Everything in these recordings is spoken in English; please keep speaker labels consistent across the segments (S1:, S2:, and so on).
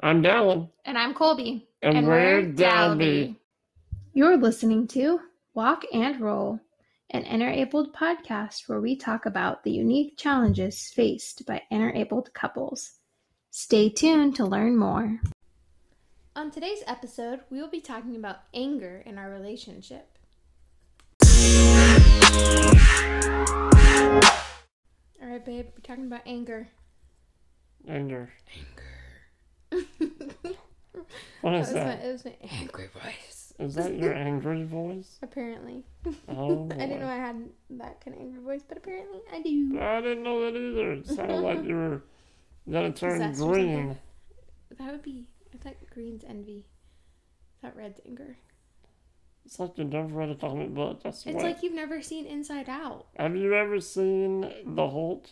S1: I'm Dallin,
S2: And I'm Colby.
S1: and, we're Dalby.
S2: You're listening to Walk and Roll, an interabled podcast where we talk about the unique challenges faced by interabled couples. Stay tuned to learn more. On today's episode, we will be talking about anger in our relationship. All right, babe, we're talking about anger.
S1: And you're,
S2: that
S1: what is
S2: was my,
S1: that?
S2: it was my angry voice,
S1: Is that your angry voice?
S2: apparently.
S1: Oh,
S2: I didn't know
S1: boy.
S2: I had that kind of angry voice, but apparently I do.
S1: I didn't know that either. It sounded like you were gonna turn
S2: Possessed or
S1: green.
S2: That would be. I thought green's envy. I thought red's anger.
S1: It's like you never read a comic book. That's
S2: It's
S1: why.
S2: like you've never seen Inside Out.
S1: Have you ever seen The Hulk?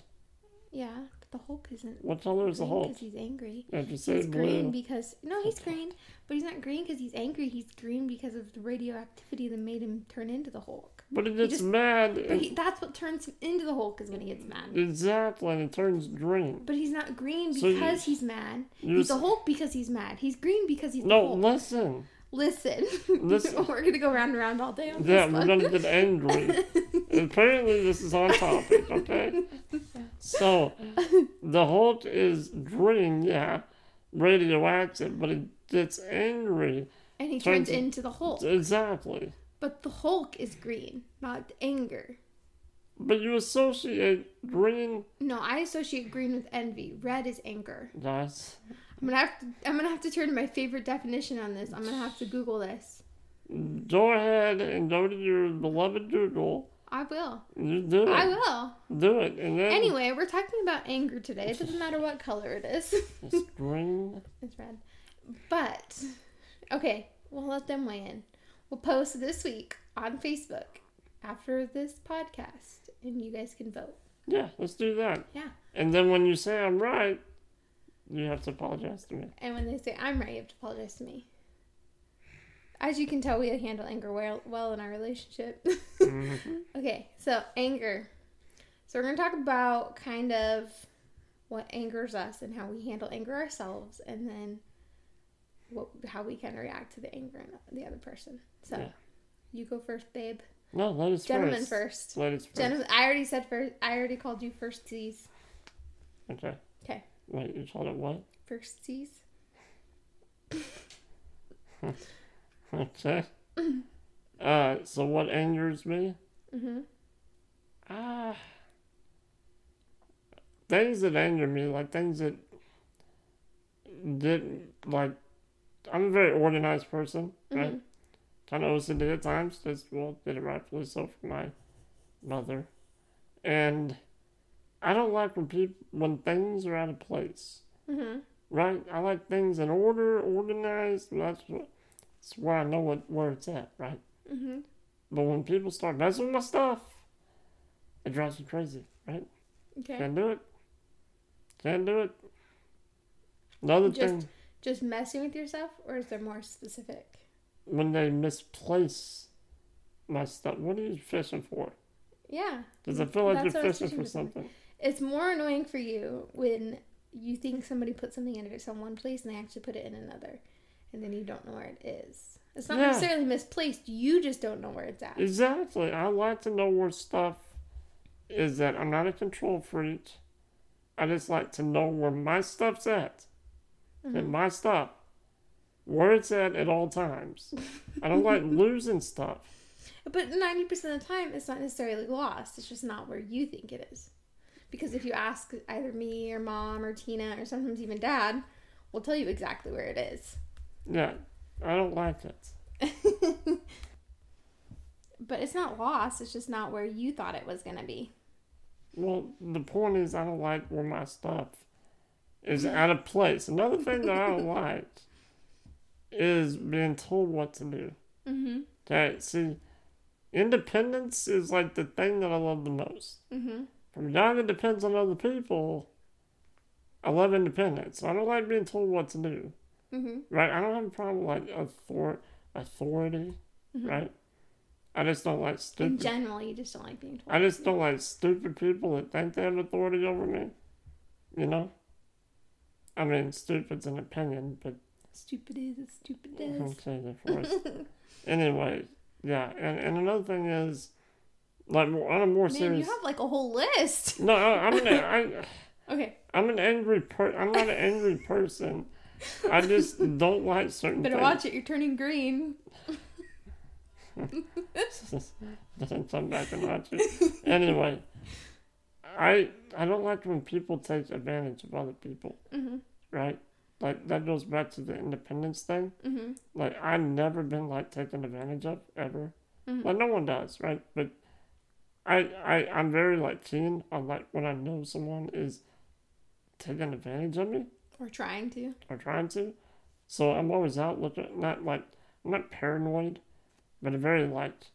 S2: Yeah, but the Hulk isn't
S1: What color is the
S2: green
S1: Hulk?
S2: because he's angry.
S1: If you say
S2: He's
S1: blue,
S2: green
S1: Oh,
S2: because no, he's green, but he's not green because he's angry. He's green because of the radioactivity that made him turn into the Hulk.
S1: but it gets
S2: just-
S1: mad.
S2: But he, that's what turns him into the Hulk is when he gets mad.
S1: exactly, and it turns green.
S2: But he's not green
S1: So you-
S2: because he's mad.
S1: you
S2: He's the
S1: s-
S2: Hulk because he's mad. He's green because he's the
S1: No,
S2: Hulk.
S1: listen.
S2: Listen,
S1: Listen.
S2: we're gonna go round and round all day. On
S1: Yeah,
S2: this
S1: we're
S2: one.
S1: gonna get angry. Apparently, this is on topic, okay? So, the Hulk is green, yeah, radioactive, but it gets angry.
S2: and he
S1: turns
S2: turns
S1: in-
S2: into the Hulk,
S1: Exactly.
S2: but the Hulk is green, not anger.
S1: But you associate green.
S2: No, I associate green with envy. Red is anger.
S1: That's.
S2: I'm gonna have to. I'm gonna have to turn to my favorite definition on this. I'm gonna have to Google this.
S1: Go ahead and go to your beloved Google.
S2: I will.
S1: You do it.
S2: I will.
S1: Do it. And then
S2: Anyway, we're talking about anger today. It doesn't matter what color it is.
S1: it's green.
S2: It's red. But okay, we'll let them weigh in. We'll post this week on Facebook after this podcast, and you guys can vote.
S1: Yeah, let's do that.
S2: Yeah.
S1: And then when you say I'm right, you have to apologize to me.
S2: And when they say I'm right, you have to apologize to me. As you can tell, we handle anger well, well in our relationship. Mm-hmm. okay, so anger. So we're gonna talk about kind of what angers us and how we handle anger ourselves, and then what how we can react to the anger in the other person. So
S1: Yeah.
S2: you go first, babe.
S1: No, ladies
S2: Gentlemen
S1: first.
S2: first.
S1: Ladies first.
S2: Gentlemen, I already said first. I already called you first C's.
S1: Okay.
S2: Okay,
S1: Wait, you called it what?
S2: first C's.
S1: Okay. uh, so what angers me?
S2: Mm-hmm.
S1: Ah. things that anger me, like things that didn't, like, I'm a very organized person,
S2: Mm-hmm.
S1: right? Kind of OCD at times, just, well, did it rightfully so for my mother. And I don't like when people, when things are out of place.
S2: Mm-hmm.
S1: Right? I like things in order, organized. That's what, that's where I know what where it's at, right?
S2: Mm-hmm.
S1: But when people start messing with my stuff, it drives me crazy, right?
S2: Okay.
S1: Can't do it. Can't do it. Another
S2: Just-
S1: thing,
S2: Just messing with yourself, or is there more specific?
S1: when they misplace my stuff, what are you fishing for?
S2: Yeah.
S1: Does it feel like you're
S2: That's what I was
S1: fishing
S2: fishing
S1: for
S2: for something.
S1: something?
S2: It's more annoying for you when you think somebody put something in it in one place and they actually put it in another, and then you don't know where it is. It's not
S1: Yeah.
S2: necessarily misplaced. You just don't know where it's at.
S1: Exactly. I like to know where stuff is at. I'm not a control freak. I just like to know where my stuff's at.
S2: Mm-hmm.
S1: And my stuff. Where it's at at all times. I don't like losing stuff.
S2: But ninety percent of the time, it's not necessarily lost. It's just not where you think it is, because if you ask either me or mom or Tina or sometimes even dad, we'll tell you exactly where it is.
S1: Yeah. I don't like it.
S2: But it's not lost. It's just not where you thought it was gonna be.
S1: Well, the point is, I don't like where my stuff is out of place. Another thing that I don't like is being told what to do.
S2: Mm-hmm.
S1: Okay, see, independence is like the thing that I love the most.
S2: Mm-hmm.
S1: From now that depends on other people, I love independence. I don't like being told what to do.
S2: Mm-hmm.
S1: Right? I don't have a problem with like author- authority.
S2: Mm-hmm.
S1: Right? I just don't like
S2: In
S1: stupid.
S2: general, you just don't like being told.
S1: I just don't like stupid people that think they have authority over me. You know? I mean, stupid's an opinion, but
S2: Stupid is as stupid
S1: I'm
S2: as.
S1: saying it for us. anyway, yeah. And, and another thing is, like, more- on a more
S2: Man, you
S1: serious.
S2: have like a whole list.
S1: No, I, I'm an, I,
S2: Okay,
S1: I'm an angry per. I'm not an angry person. I just don't like certain
S2: better
S1: things.
S2: watch it. You're turning green.
S1: doesn't come back and watch it. Anyway, I I don't like when people take advantage of other people,
S2: Mm-hmm.
S1: right? Like that goes back to the independence thing.
S2: Mm-hmm.
S1: Like I've never been like taken advantage of ever.
S2: Mhm.
S1: Like no one does, right? But I I I'm very like keen on like when I know someone is taking advantage of me
S2: Or trying to.
S1: or trying to. So I'm always out looking, not like, I'm not paranoid, but I'm very like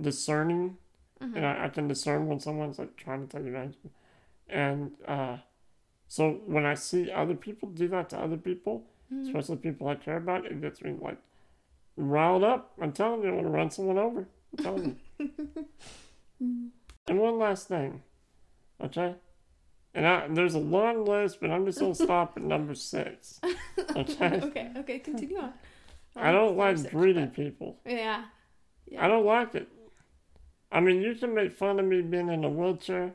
S1: discerning.
S2: Mhm.
S1: And I, I can discern when someone's like trying to take advantage. of me. And uh, so when I see other people do that to other people,
S2: Mhm.
S1: especially people I care about, it gets me like riled up. I'm telling you, I want to run someone over. I'm telling you.
S2: Mm.
S1: And one last thing, okay? And I, there's a long list, but I'm just going to stop at number six. Okay?
S2: okay, okay, continue on.
S1: I don't
S2: Um,
S1: like
S2: six,
S1: greedy people.
S2: but- Yeah.
S1: I don't like it. I mean, you can make fun of me being in a wheelchair,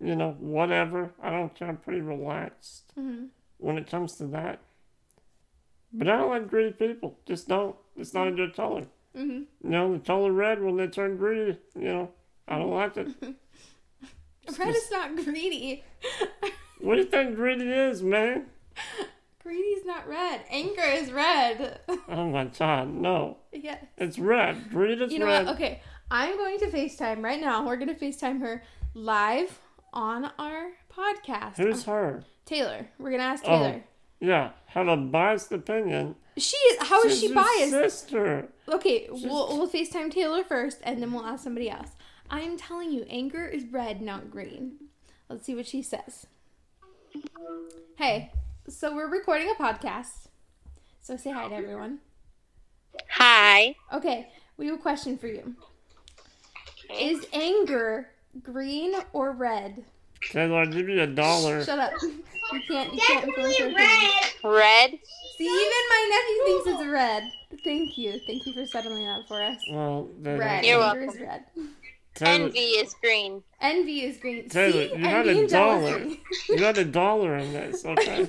S1: you know, whatever. I don't care. I'm pretty relaxed
S2: Mhm.
S1: when it comes to that. But I don't like greedy people. Just don't. It's not a good color.
S2: Mhm.
S1: You know, the color red when they turn greedy, you know, I don't like it.
S2: Red is not greedy.
S1: What do you think greedy is, man?
S2: Greedy's not red. Anger is red.
S1: Oh my god, no.
S2: yeah.
S1: It's red. Greedy is
S2: You know
S1: red.
S2: what? Okay, I'm going to FaceTime right now. We're going to FaceTime her live on our podcast.
S1: Who's
S2: Um,
S1: her?
S2: Taylor? We're going to ask
S1: Oh.
S2: Taylor.
S1: Yeah, have a biased opinion.
S2: She is. How Oh, is
S1: She's
S2: she
S1: your
S2: biased?
S1: Sister.
S2: Okay, we'll we'll FaceTime Taylor first, and then we'll ask somebody else. I'm telling you, anger is red, not green. Let's see what she says. Hey, so we're recording a podcast. So say hi to everyone.
S3: Hi.
S2: Okay, we have a question for you. Is anger green or red?
S1: Taylor, I'll give you a dollar.
S2: Shut up. You can't. You can't influence her opinion.
S3: Red.
S2: See, even my nephew thinks it's red. Thank you. Thank you for settling that for us.
S1: Well, then,
S2: Red.
S3: You're
S2: anger is red.
S1: Taylor,
S3: Envy is green.
S2: Envy is green.
S1: Taylor,
S2: See,
S1: you
S2: envy
S1: had a
S2: and
S1: dollar.
S2: jealousy.
S1: you had a dollar in this, okay?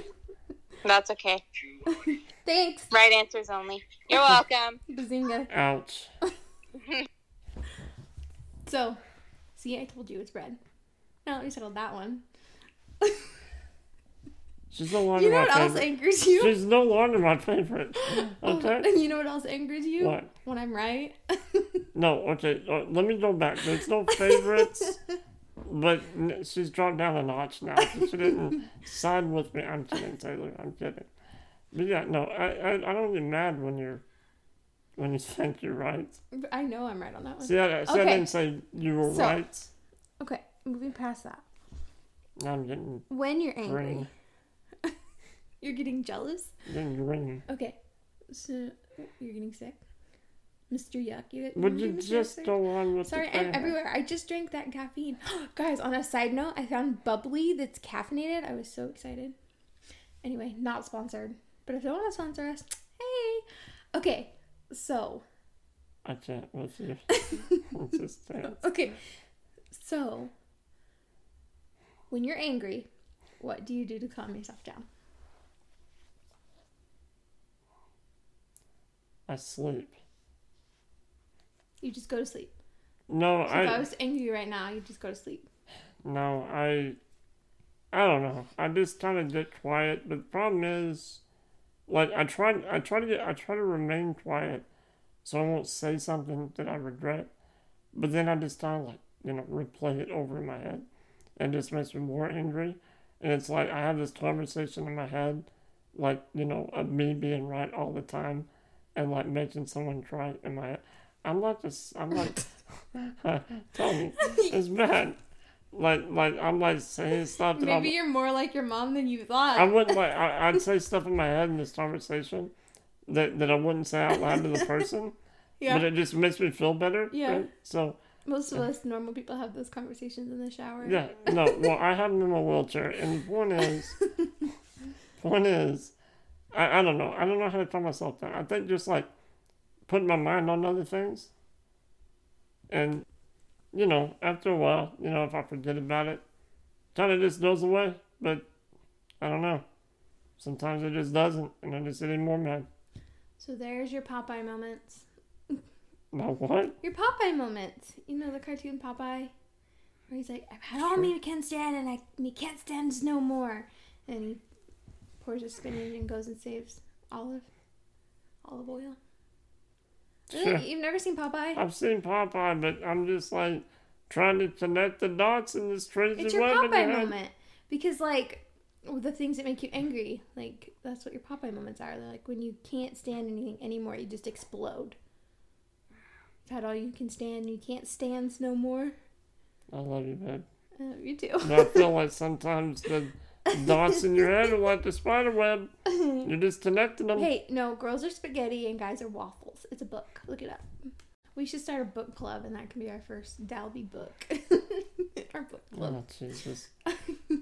S3: That's okay.
S2: Thanks,
S3: Right answers only. You're welcome.
S2: Bazinga.
S1: Ouch.
S2: So, see, I told you it's red. Now let me settle that one.
S1: She's no longer
S2: You know
S1: my
S2: what else Oh,
S1: favorite.
S2: angers you?
S1: She's no longer my favorite. Okay?
S2: And you know what else angers you?
S1: What?
S2: When I'm right.
S1: No, okay. uh, Let me go back. There's no favorites, but n- she's dropped down a notch now. 'cause She didn't side with me. I'm kidding, Taylor. I'm kidding. But yeah, no, I, I, I don't get mad when you're when you think you're right.
S2: I know I'm right on that one.
S1: See, I, see, I
S2: Okay.
S1: didn't say you were
S2: So-
S1: right.
S2: Okay, moving past that.
S1: Now I'm getting
S2: When you're angry,
S1: green.
S2: you're getting jealous.
S1: Getting green.
S2: Okay, so you're getting sick. Mr. Yuck, you get.
S1: Would
S2: wanna
S1: you
S2: do Mr.
S1: just
S2: Yuck?
S1: go on with
S2: Sorry,
S1: the thing?
S2: I'm everywhere. I just drank that caffeine. Guys, on a side note, I found Bubbly that's caffeinated. I was so excited. Anyway, not sponsored. But if they want to sponsor us, hey. Okay, so,
S1: I can't with you. I just can't.
S2: okay. So, when you're angry, what do you do to calm yourself down?
S1: I sleep.
S2: You just go to sleep.
S1: No,
S2: So if I
S1: I
S2: was angry right now, you just go to sleep.
S1: no, I I don't know. I just kind of get quiet. But the problem is, like, I try I try to get I try to remain quiet, so I won't say something that I regret. But then I just kind of like you know replay it over in my head, and it just makes me more angry. And it's like I have this conversation in my head, like you know of me being right all the time, and like making someone cry in my head. I'm like this. I'm like, tell me, it's bad. Like like I'm like saying stuff that
S2: Maybe
S1: I'm,
S2: you're more like your mom than you thought.
S1: I wouldn't like. I, I'd say stuff in my head in this conversation that that I wouldn't say out loud to the person.
S2: yeah.
S1: But it just makes me feel better.
S2: Yeah.
S1: right? So
S2: Most of us normal people have those conversations in the shower.
S1: yeah, no. Well, I have them in my wheelchair, and the point is, One is, I, I don't know. I don't know how to calm myself down. I think just like putting my mind on other things. And, you know, after a while, you know, if I forget about it, kind of just goes away. But I don't know. Sometimes it just doesn't. And I just get more mad.
S2: So there's your Popeye moments.
S1: My what?
S2: Your Popeye moments. You know the cartoon Popeye? Where he's like, I've had all me can stand and I me can't stands no more. And he pours his spinach and goes and saves olive olive oil. Really?
S1: Sure.
S2: You've never seen Popeye?
S1: I've seen Popeye, but I'm just like trying to connect the dots in this crazy
S2: It's your
S1: way. that
S2: Popeye
S1: you had.
S2: moment. Because like the things that make you angry, like that's what your Popeye moments are. They're like when you can't stand anything anymore, you just explode. I've had all you can stand, you can't stands no more.
S1: I love you, man.
S2: Uh, you do.
S1: But I feel like sometimes the dots in your head are like the spider web. You're just connecting them.
S2: Hey, no, girls are spaghetti and guys are waffles. It's a book. Look it up. We should start a book club, and that can be our first Dalby book. our book club.
S1: Oh, Jesus.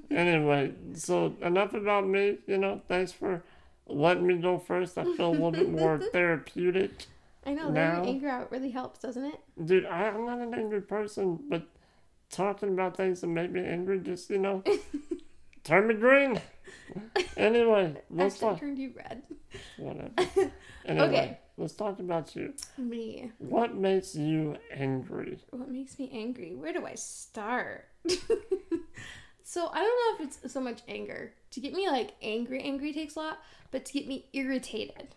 S1: anyway, so enough about me. You know, thanks for letting me go first. I feel a little bit more therapeutic.
S2: I know, letting your
S1: Now-
S2: anger out really helps, doesn't it?
S1: Dude, I, I'm not an angry person, but talking about things that make me angry just, you know, turn me green. Anyway, let's
S2: Actually, I
S1: talk.
S2: turned you red.
S1: Whatever. Anyway, let's talk about you.
S2: Me.
S1: What makes you angry?
S2: What makes me angry? Where do I start? so I don't know if it's so much anger. To get me like angry, angry takes a lot, but to get me irritated.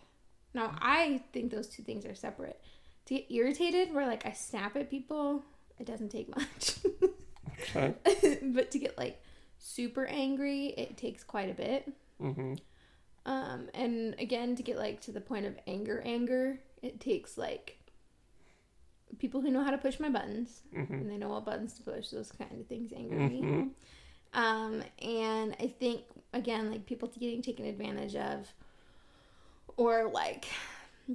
S2: Now I think those two things are separate. To get irritated, where like I snap at people, it doesn't take much.
S1: Okay.
S2: but to get like super angry, it takes quite a bit.
S1: Mm-hmm.
S2: Um, and again, to get like to the point of anger, anger, it takes like people who know how to push my buttons
S1: Mhm.
S2: and they know what buttons to push. Those kind of things anger me.
S1: Mm-hmm.
S2: Um, and I think again, like people getting taken advantage of or like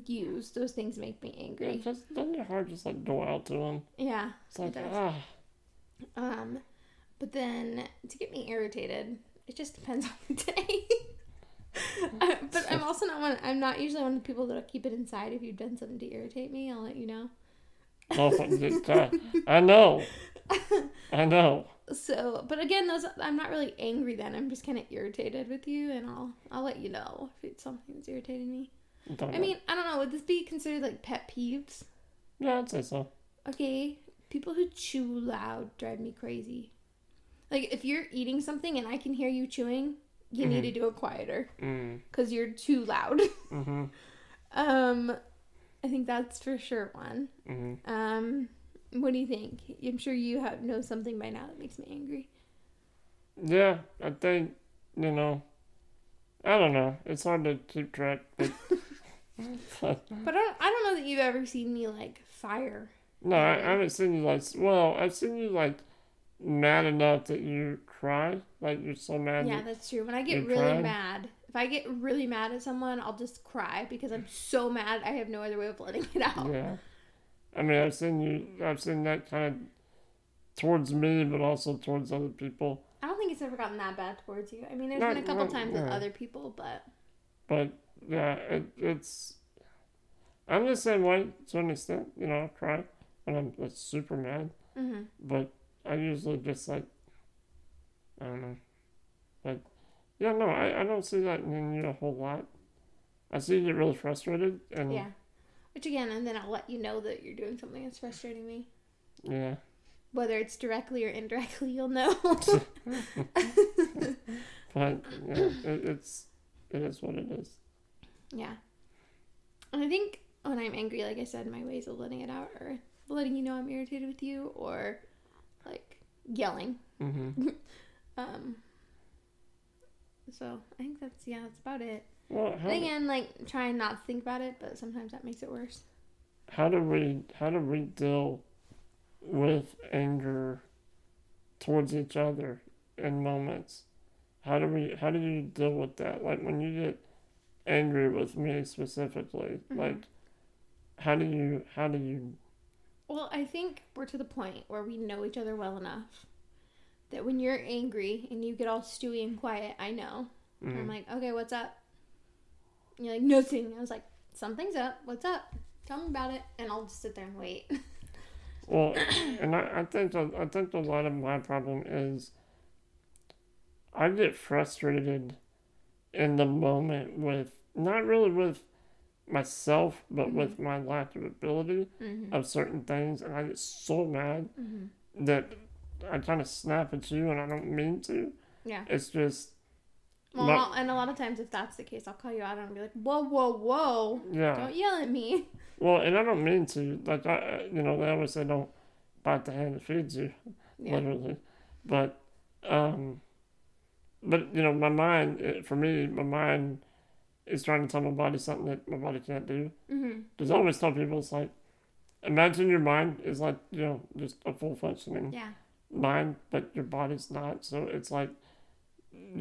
S2: used. Those things make me
S1: Yeah,
S2: angry.
S1: just doesn't your heart just like go out to them?
S2: Yeah.
S1: It's like
S2: does.
S1: ah,
S2: Um, but then to get me irritated, it just depends on the day. Uh, but I'm also not one. I'm not usually one of the people that'll keep it inside. If you've done something to irritate me, I'll let you know.
S1: oh, I just cried. I know, I know.
S2: So, but again, those I'm not really angry. Then I'm just kind of irritated with you, and I'll I'll let you know if it's something that's irritating me.
S1: Don't
S2: I mean, I don't know. Would this be considered like pet peeves?
S1: know. yeah, I'd say so.
S2: Okay, people who chew loud drive me crazy. Like if you're eating something and I can hear you chewing, you need to do it quieter.
S1: Mm.
S2: because you're too loud.
S1: Mm-hmm.
S2: um, I think that's for sure one.
S1: Mm-hmm.
S2: Um, what do you think? I'm sure you have know something by now that makes me angry.
S1: Yeah, I think you know. I don't know. It's hard to keep track, but
S2: But I don't, I don't know that you've ever seen me like fire.
S1: no, I, I haven't seen you like. s- Well, I've seen you like mad enough that you cry, like you're so mad.
S2: Yeah,
S1: that-
S2: that's true. When I get
S1: You
S2: really
S1: cry?
S2: mad, if I get really mad at someone, I'll just cry because I'm so mad. I have no other way of letting it out.
S1: Yeah. I mean, I've seen you, I've seen that kind of towards me, but also towards other people.
S2: I don't think it's ever gotten that bad towards you. I mean, there's
S1: Not-
S2: been a couple
S1: not-
S2: times with
S1: yeah.
S2: other people, but
S1: But yeah, it, it's, I'm the same way to an extent. You know, I cry when I'm like, super mad,
S2: mhm.
S1: but I usually just like, I don't know. But yeah, no, I, I don't see that in you a whole lot. I see you get really frustrated, and
S2: yeah. Which again, and then I'll let you know that you're doing something that's frustrating me.
S1: yeah.
S2: whether it's directly or indirectly, you'll know.
S1: But yeah, it, it's, it is what it is.
S2: yeah. And I think when I'm angry, like I said, my ways of letting it out are letting you know I'm irritated with you or like yelling.
S1: hmm
S2: Um so I think that's yeah, that's about it.
S1: Well, how,
S2: And again, like trying not to think about it, but sometimes that makes it worse.
S1: how do we how do we deal with anger towards each other in moments how do we how do you deal with that like when you get angry with me specifically like how do you how do you
S2: Well, I think we're to the point where we know each other well enough that when you're angry and you get all stewy and quiet, I know.
S1: mm.
S2: And
S1: Hmm.
S2: I'm like, okay, what's up? And you're like, nothing. I was like, something's up. What's up? Tell me about it. And I'll just sit there and wait.
S1: Well, and I, I think a, I think a lot of my problem is I get frustrated in the moment with not really with myself, but with my lack of ability
S2: Mm-hmm.
S1: of certain things, and I get so mad that I kind of snap at you, and I don't mean to.
S2: yeah.
S1: It's just
S2: Well,
S1: My-
S2: I'll- and a lot of times, if that's the case, I'll call you out and I'll be like, whoa, whoa, whoa.
S1: yeah.
S2: Don't yell at me.
S1: Well, and I don't mean to. Like I, I- you know, they always say don't bite the hand that feeds you,
S2: Yeah.
S1: literally. But, um, but you know, my mind it, for me, my mind is trying to tell my body something that my body can't do.
S2: hmm
S1: Because I always tell people it's like, imagine your mind is like you know just a full functioning
S2: Yeah.
S1: mind, but your body's not. So it's like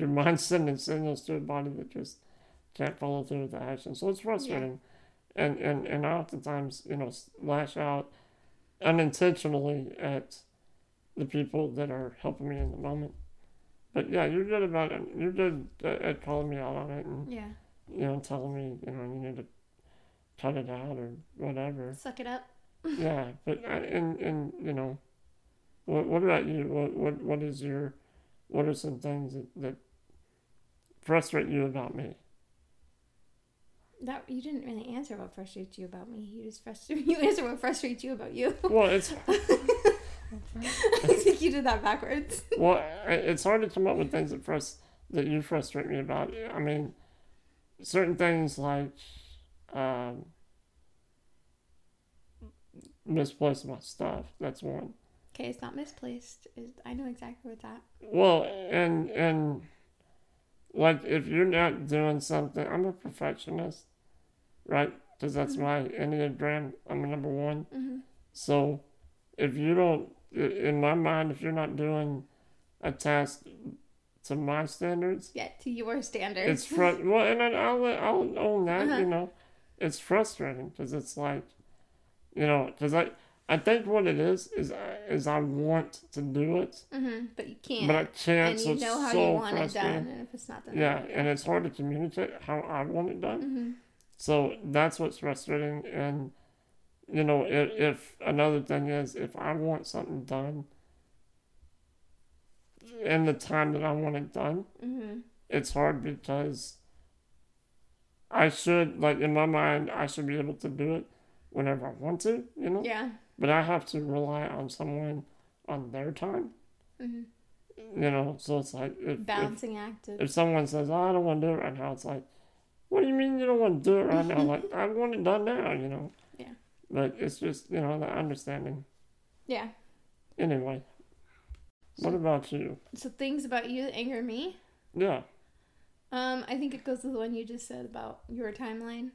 S1: your mind's sending signals to a body that just can't follow through with the action. So it's frustrating. And, and, and I oftentimes, you know, s- lash out unintentionally at the people that are helping me in the moment. But yeah, you're good about it. You're good at at calling me out on it and,
S2: Yeah.
S1: you know, telling me, you know, you need to cut it out or whatever.
S2: Suck it up.
S1: Yeah, but I, and and you know, what what about you? What what what is your, what are some things that, that frustrate you about me?
S2: That you didn't really answer what frustrates you about me. You just frustrate you answer what frustrates you about you.
S1: Well, it's
S2: I think you did that backwards.
S1: well, I- it's hard to come up with things that frust that you frustrate me about. I mean, certain things like, um, misplace my stuff. That's one.
S2: Okay, it's not misplaced. It- I know exactly what that.
S1: Well, and and like if you're not doing something, I'm a perfectionist, right? Because that's my enneagram. I'm a number one.
S2: Mhm.
S1: So if you don't, i- in my mind, if you're not doing a task to my standards,
S2: Get to your standards.
S1: it's front. Well, and then I'll I'll own that.
S2: Uh-huh.
S1: You know, it's frustrating because it's like, you know, because I I think what it is is I, is I want to do it.
S2: hmm but you can't.
S1: But I can't.
S2: and
S1: so
S2: you
S1: it's
S2: know how
S1: so
S2: you want it
S1: frustrating.
S2: done, and if it's not done,
S1: Yeah, and it's hard to communicate how I want it done.
S2: hmm
S1: So that's what's frustrating. And, you know, if, if another thing is, if I want something done in the time that I want it done,
S2: hmm
S1: it's hard because I should, like, in my mind, I should be able to do it whenever I want to, you know?
S2: yeah,
S1: But I have to rely on someone on their time,
S2: hmm
S1: you know? So it's like, if, if
S2: balancing act. Of,
S1: if someone says, oh, I don't want to do it right now, it's like, what do you mean you don't want to do it right now? Like, I want it done now, you know?
S2: Yeah.
S1: But it's just, you know, the understanding.
S2: yeah.
S1: Anyway, what
S2: So-
S1: about you?
S2: So things about you that anger me.
S1: Yeah.
S2: Um, I think it goes with the one you just said about your timeline.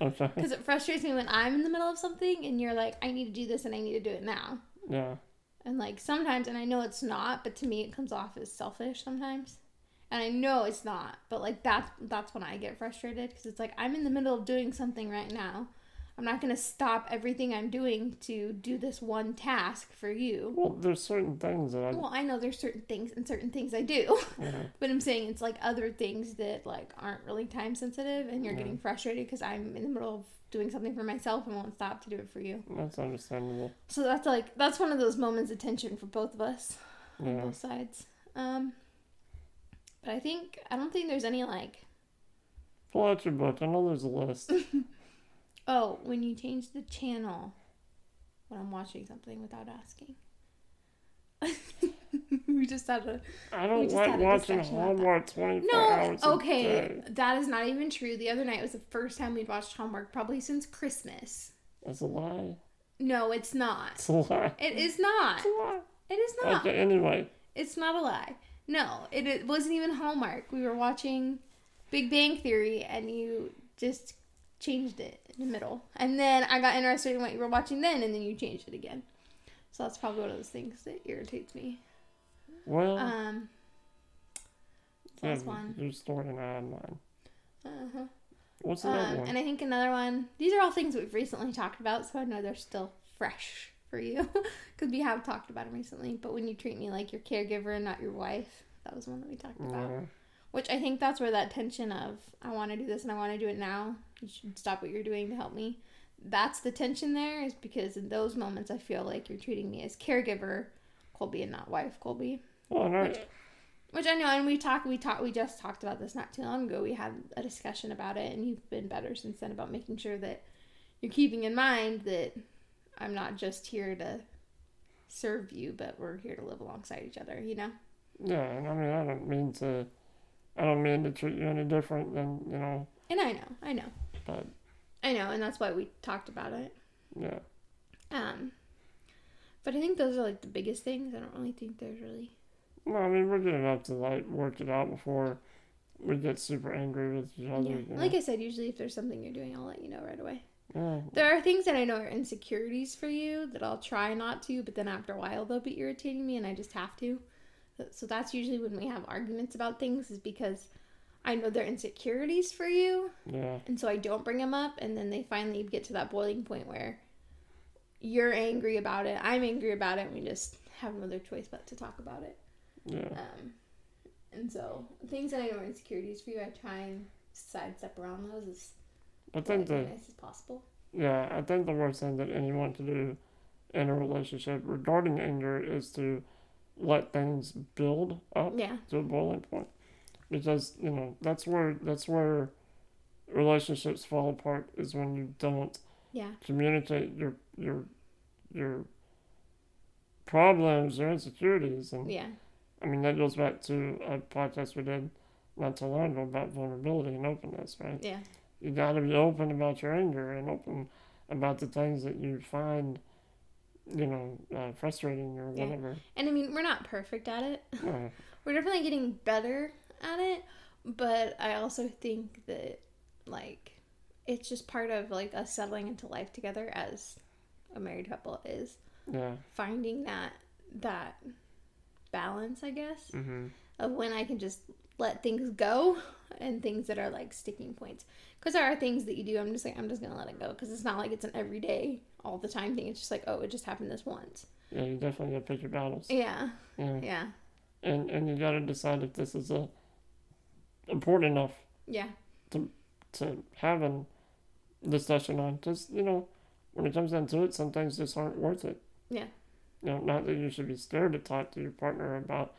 S1: Okay.
S2: Because it frustrates me when I'm in the middle of something and you're like, I need to do this and I need to do it now.
S1: Yeah.
S2: And like sometimes, and I know it's not, but to me it comes off as selfish sometimes. And I know it's not, but like that's that's when I get frustrated because it's like I'm in the middle of doing something right now. I'm not gonna stop everything I'm doing to do this one task for you.
S1: Well, there's certain things that I.
S2: Well, I know there's certain things and certain things I do,
S1: Yeah.
S2: but I'm saying it's like other things that like aren't really time sensitive, and you're
S1: Yeah.
S2: getting frustrated because I'm in the middle of doing something for myself and won't stop to do it for you.
S1: That's understandable.
S2: So that's like that's one of those moments of tension for both of us on
S1: Yeah.
S2: both sides. Um, but I think I don't think there's any like
S1: Pull out your book. I know there's a list.
S2: oh when you change the channel when I'm watching something without asking. we just had a
S1: I
S2: We
S1: don't
S2: just
S1: like
S2: had a
S1: watching
S2: discussion about that.
S1: Hallmark 24
S2: no.
S1: hours. a
S2: Okay,
S1: day.
S2: that is not even true. The other night was the first time we'd watched homework probably since Christmas.
S1: That's a lie.
S2: No, it's not.
S1: It's a lie.
S2: It is not.
S1: It's a lie.
S2: It is not.
S1: Okay, anyway.
S2: It's not a lie. No, it, it wasn't even Hallmark. We were watching Big Bang Theory, and you just changed it in the middle. And then I got interested in what you were watching then, and then you changed it again. So that's probably one of those things that irritates me.
S1: Well,
S2: Um, so
S1: yeah,
S2: that's one.
S1: your story and I have mine.
S2: Uh-huh.
S1: What's
S2: Um,
S1: another one?
S2: and I think another one. These are all things we've recently talked about, so I know they're still fresh for you because we have talked about them recently. But when you treat me like your caregiver and not your wife, that was one that we talked about.
S1: Yeah.
S2: Which I think that's where that tension of I want to do this and I want to do it now. You should stop what you're doing to help me. That's the tension there is because in those moments I feel like you're treating me as caregiver Colby and not wife Colby.
S1: Well, and I,
S2: Which- Which I know, and we talked, we talked, we just talked about this not too long ago. We had a discussion about it, and you've been better since then about making sure that you're keeping in mind that I'm not just here to serve you, but we're here to live alongside each other. You know?
S1: yeah, and I mean, I don't mean to, I don't mean to treat you any different than you know,
S2: And I know, I know,
S1: but
S2: I know, and that's why we talked about it.
S1: yeah,
S2: Um, but I think those are like the biggest things. I don't really think there's really.
S1: no, I mean, we're gonna have to like work it out before we get super angry with each other.
S2: Yeah.
S1: you know?
S2: Like I said, usually if there's something you're doing, I'll let you know right away.
S1: yeah,
S2: There are things that I know are insecurities for you that I'll try not to, but then after a while they'll be irritating me and I just have to. So that's usually when we have arguments about things is because I know they're insecurities for you
S1: yeah,
S2: and so I don't bring them up and then they finally get to that boiling point where you're angry about it, I'm angry about it, and we just have no other choice but to talk about it.
S1: yeah,
S2: Um, and so things that I know are insecurities for you, I try and sidestep around those as
S1: I think
S2: like,
S1: that.
S2: nice as possible.
S1: Yeah, I think the worst thing that anyone can do in a relationship regarding anger is to let things build up
S2: Yeah.
S1: to a boiling point. Because, you know, that's where that's where relationships fall apart is when you don't
S2: Yeah.
S1: communicate your your your problems or insecurities and
S2: Yeah.
S1: I mean that goes back to a podcast we did not too long ago about vulnerability and openness, right?
S2: Yeah.
S1: you got to be open about your anger and open about the things that you find, you know, uh, frustrating or
S2: Yeah.
S1: whatever.
S2: And I mean, we're not perfect at it.
S1: Yeah.
S2: We're definitely getting better at it, but I also think that like it's just part of like us settling into life together as a married couple is
S1: yeah.
S2: finding that that balance, I guess,
S1: Mm-hmm.
S2: of when I can just let things go and things that are like sticking points. Cuz there are things that you do I'm just like I'm just going to let it go cuz it's not like it's an everyday all the time thing. It's just like, oh, it just happened this once.
S1: Yeah, you definitely got to pick your battles.
S2: Yeah.
S1: Yeah.
S2: Yeah.
S1: And, and you got to decide if this is a, important enough
S2: Yeah.
S1: to have a discussion on. Just, you know, when it comes down to it, some things just aren't worth it.
S2: Yeah.
S1: You know, not that you should be scared to talk to your partner about,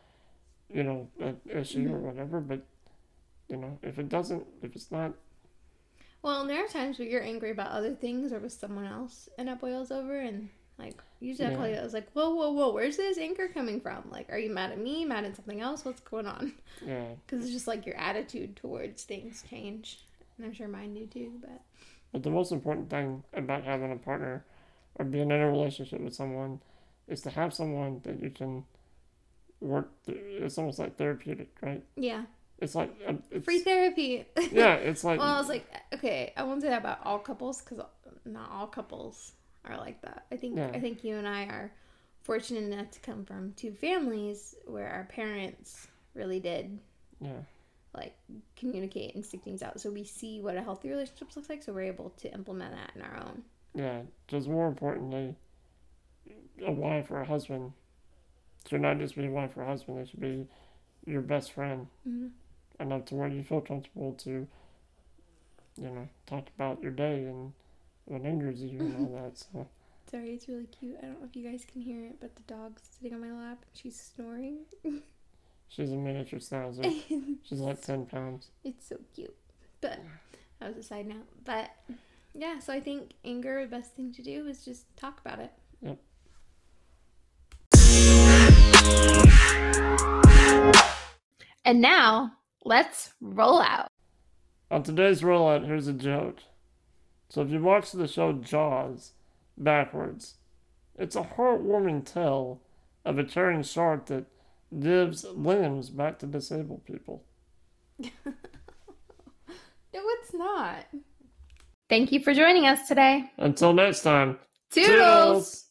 S1: you know, an issue or whatever, but, you know, if it doesn't, if it's not
S2: Well, and there are times where you're angry about other things or with someone else, and it boils over. And like usually, I call you. I was like, "Whoa, whoa, whoa! Where's this anger coming from? Like, are you mad at me? Mad at something else? What's going on?"
S1: Yeah,
S2: Because it's just like your attitude towards things change, and I'm sure mine do too. But
S1: but the most important thing about having a partner or being in a relationship with someone is to have someone that you can work. Through. It's almost like therapeutic, right?
S2: yeah,
S1: It's like um, it's,
S2: free therapy.
S1: yeah, it's like
S2: well, I was like, okay, I won't say that about all couples because not all couples are like that. I think
S1: Yeah.
S2: I think you and I are fortunate enough to come from two families where our parents really did
S1: yeah,
S2: like communicate and stick things out so we see what a healthy relationship looks like so we're able to implement that in our own
S1: yeah. Just more importantly, a wife or a husband should not just be a wife or a husband. They should be your best friend
S2: Mhm.
S1: enough to where you feel comfortable to, you know, talk about your day and what angers you and all that. So
S2: sorry it's really cute i don't know if you guys can hear it but the dog's sitting on my lap and she's snoring
S1: she's a miniature schnauzer.
S2: it's
S1: She's like 10 pounds.
S2: so cute but that was a side note but yeah so i think anger the best thing to do is just talk about it
S1: Yep.
S2: and now let's roll out
S1: On today's rollout, here's a joke. So if you watch the show Jaws backwards, it's a heartwarming tale of a caring shark that gives limbs back to disabled people.
S2: No, it's not. Thank you for joining us today.
S1: Until next time,
S2: Toodles!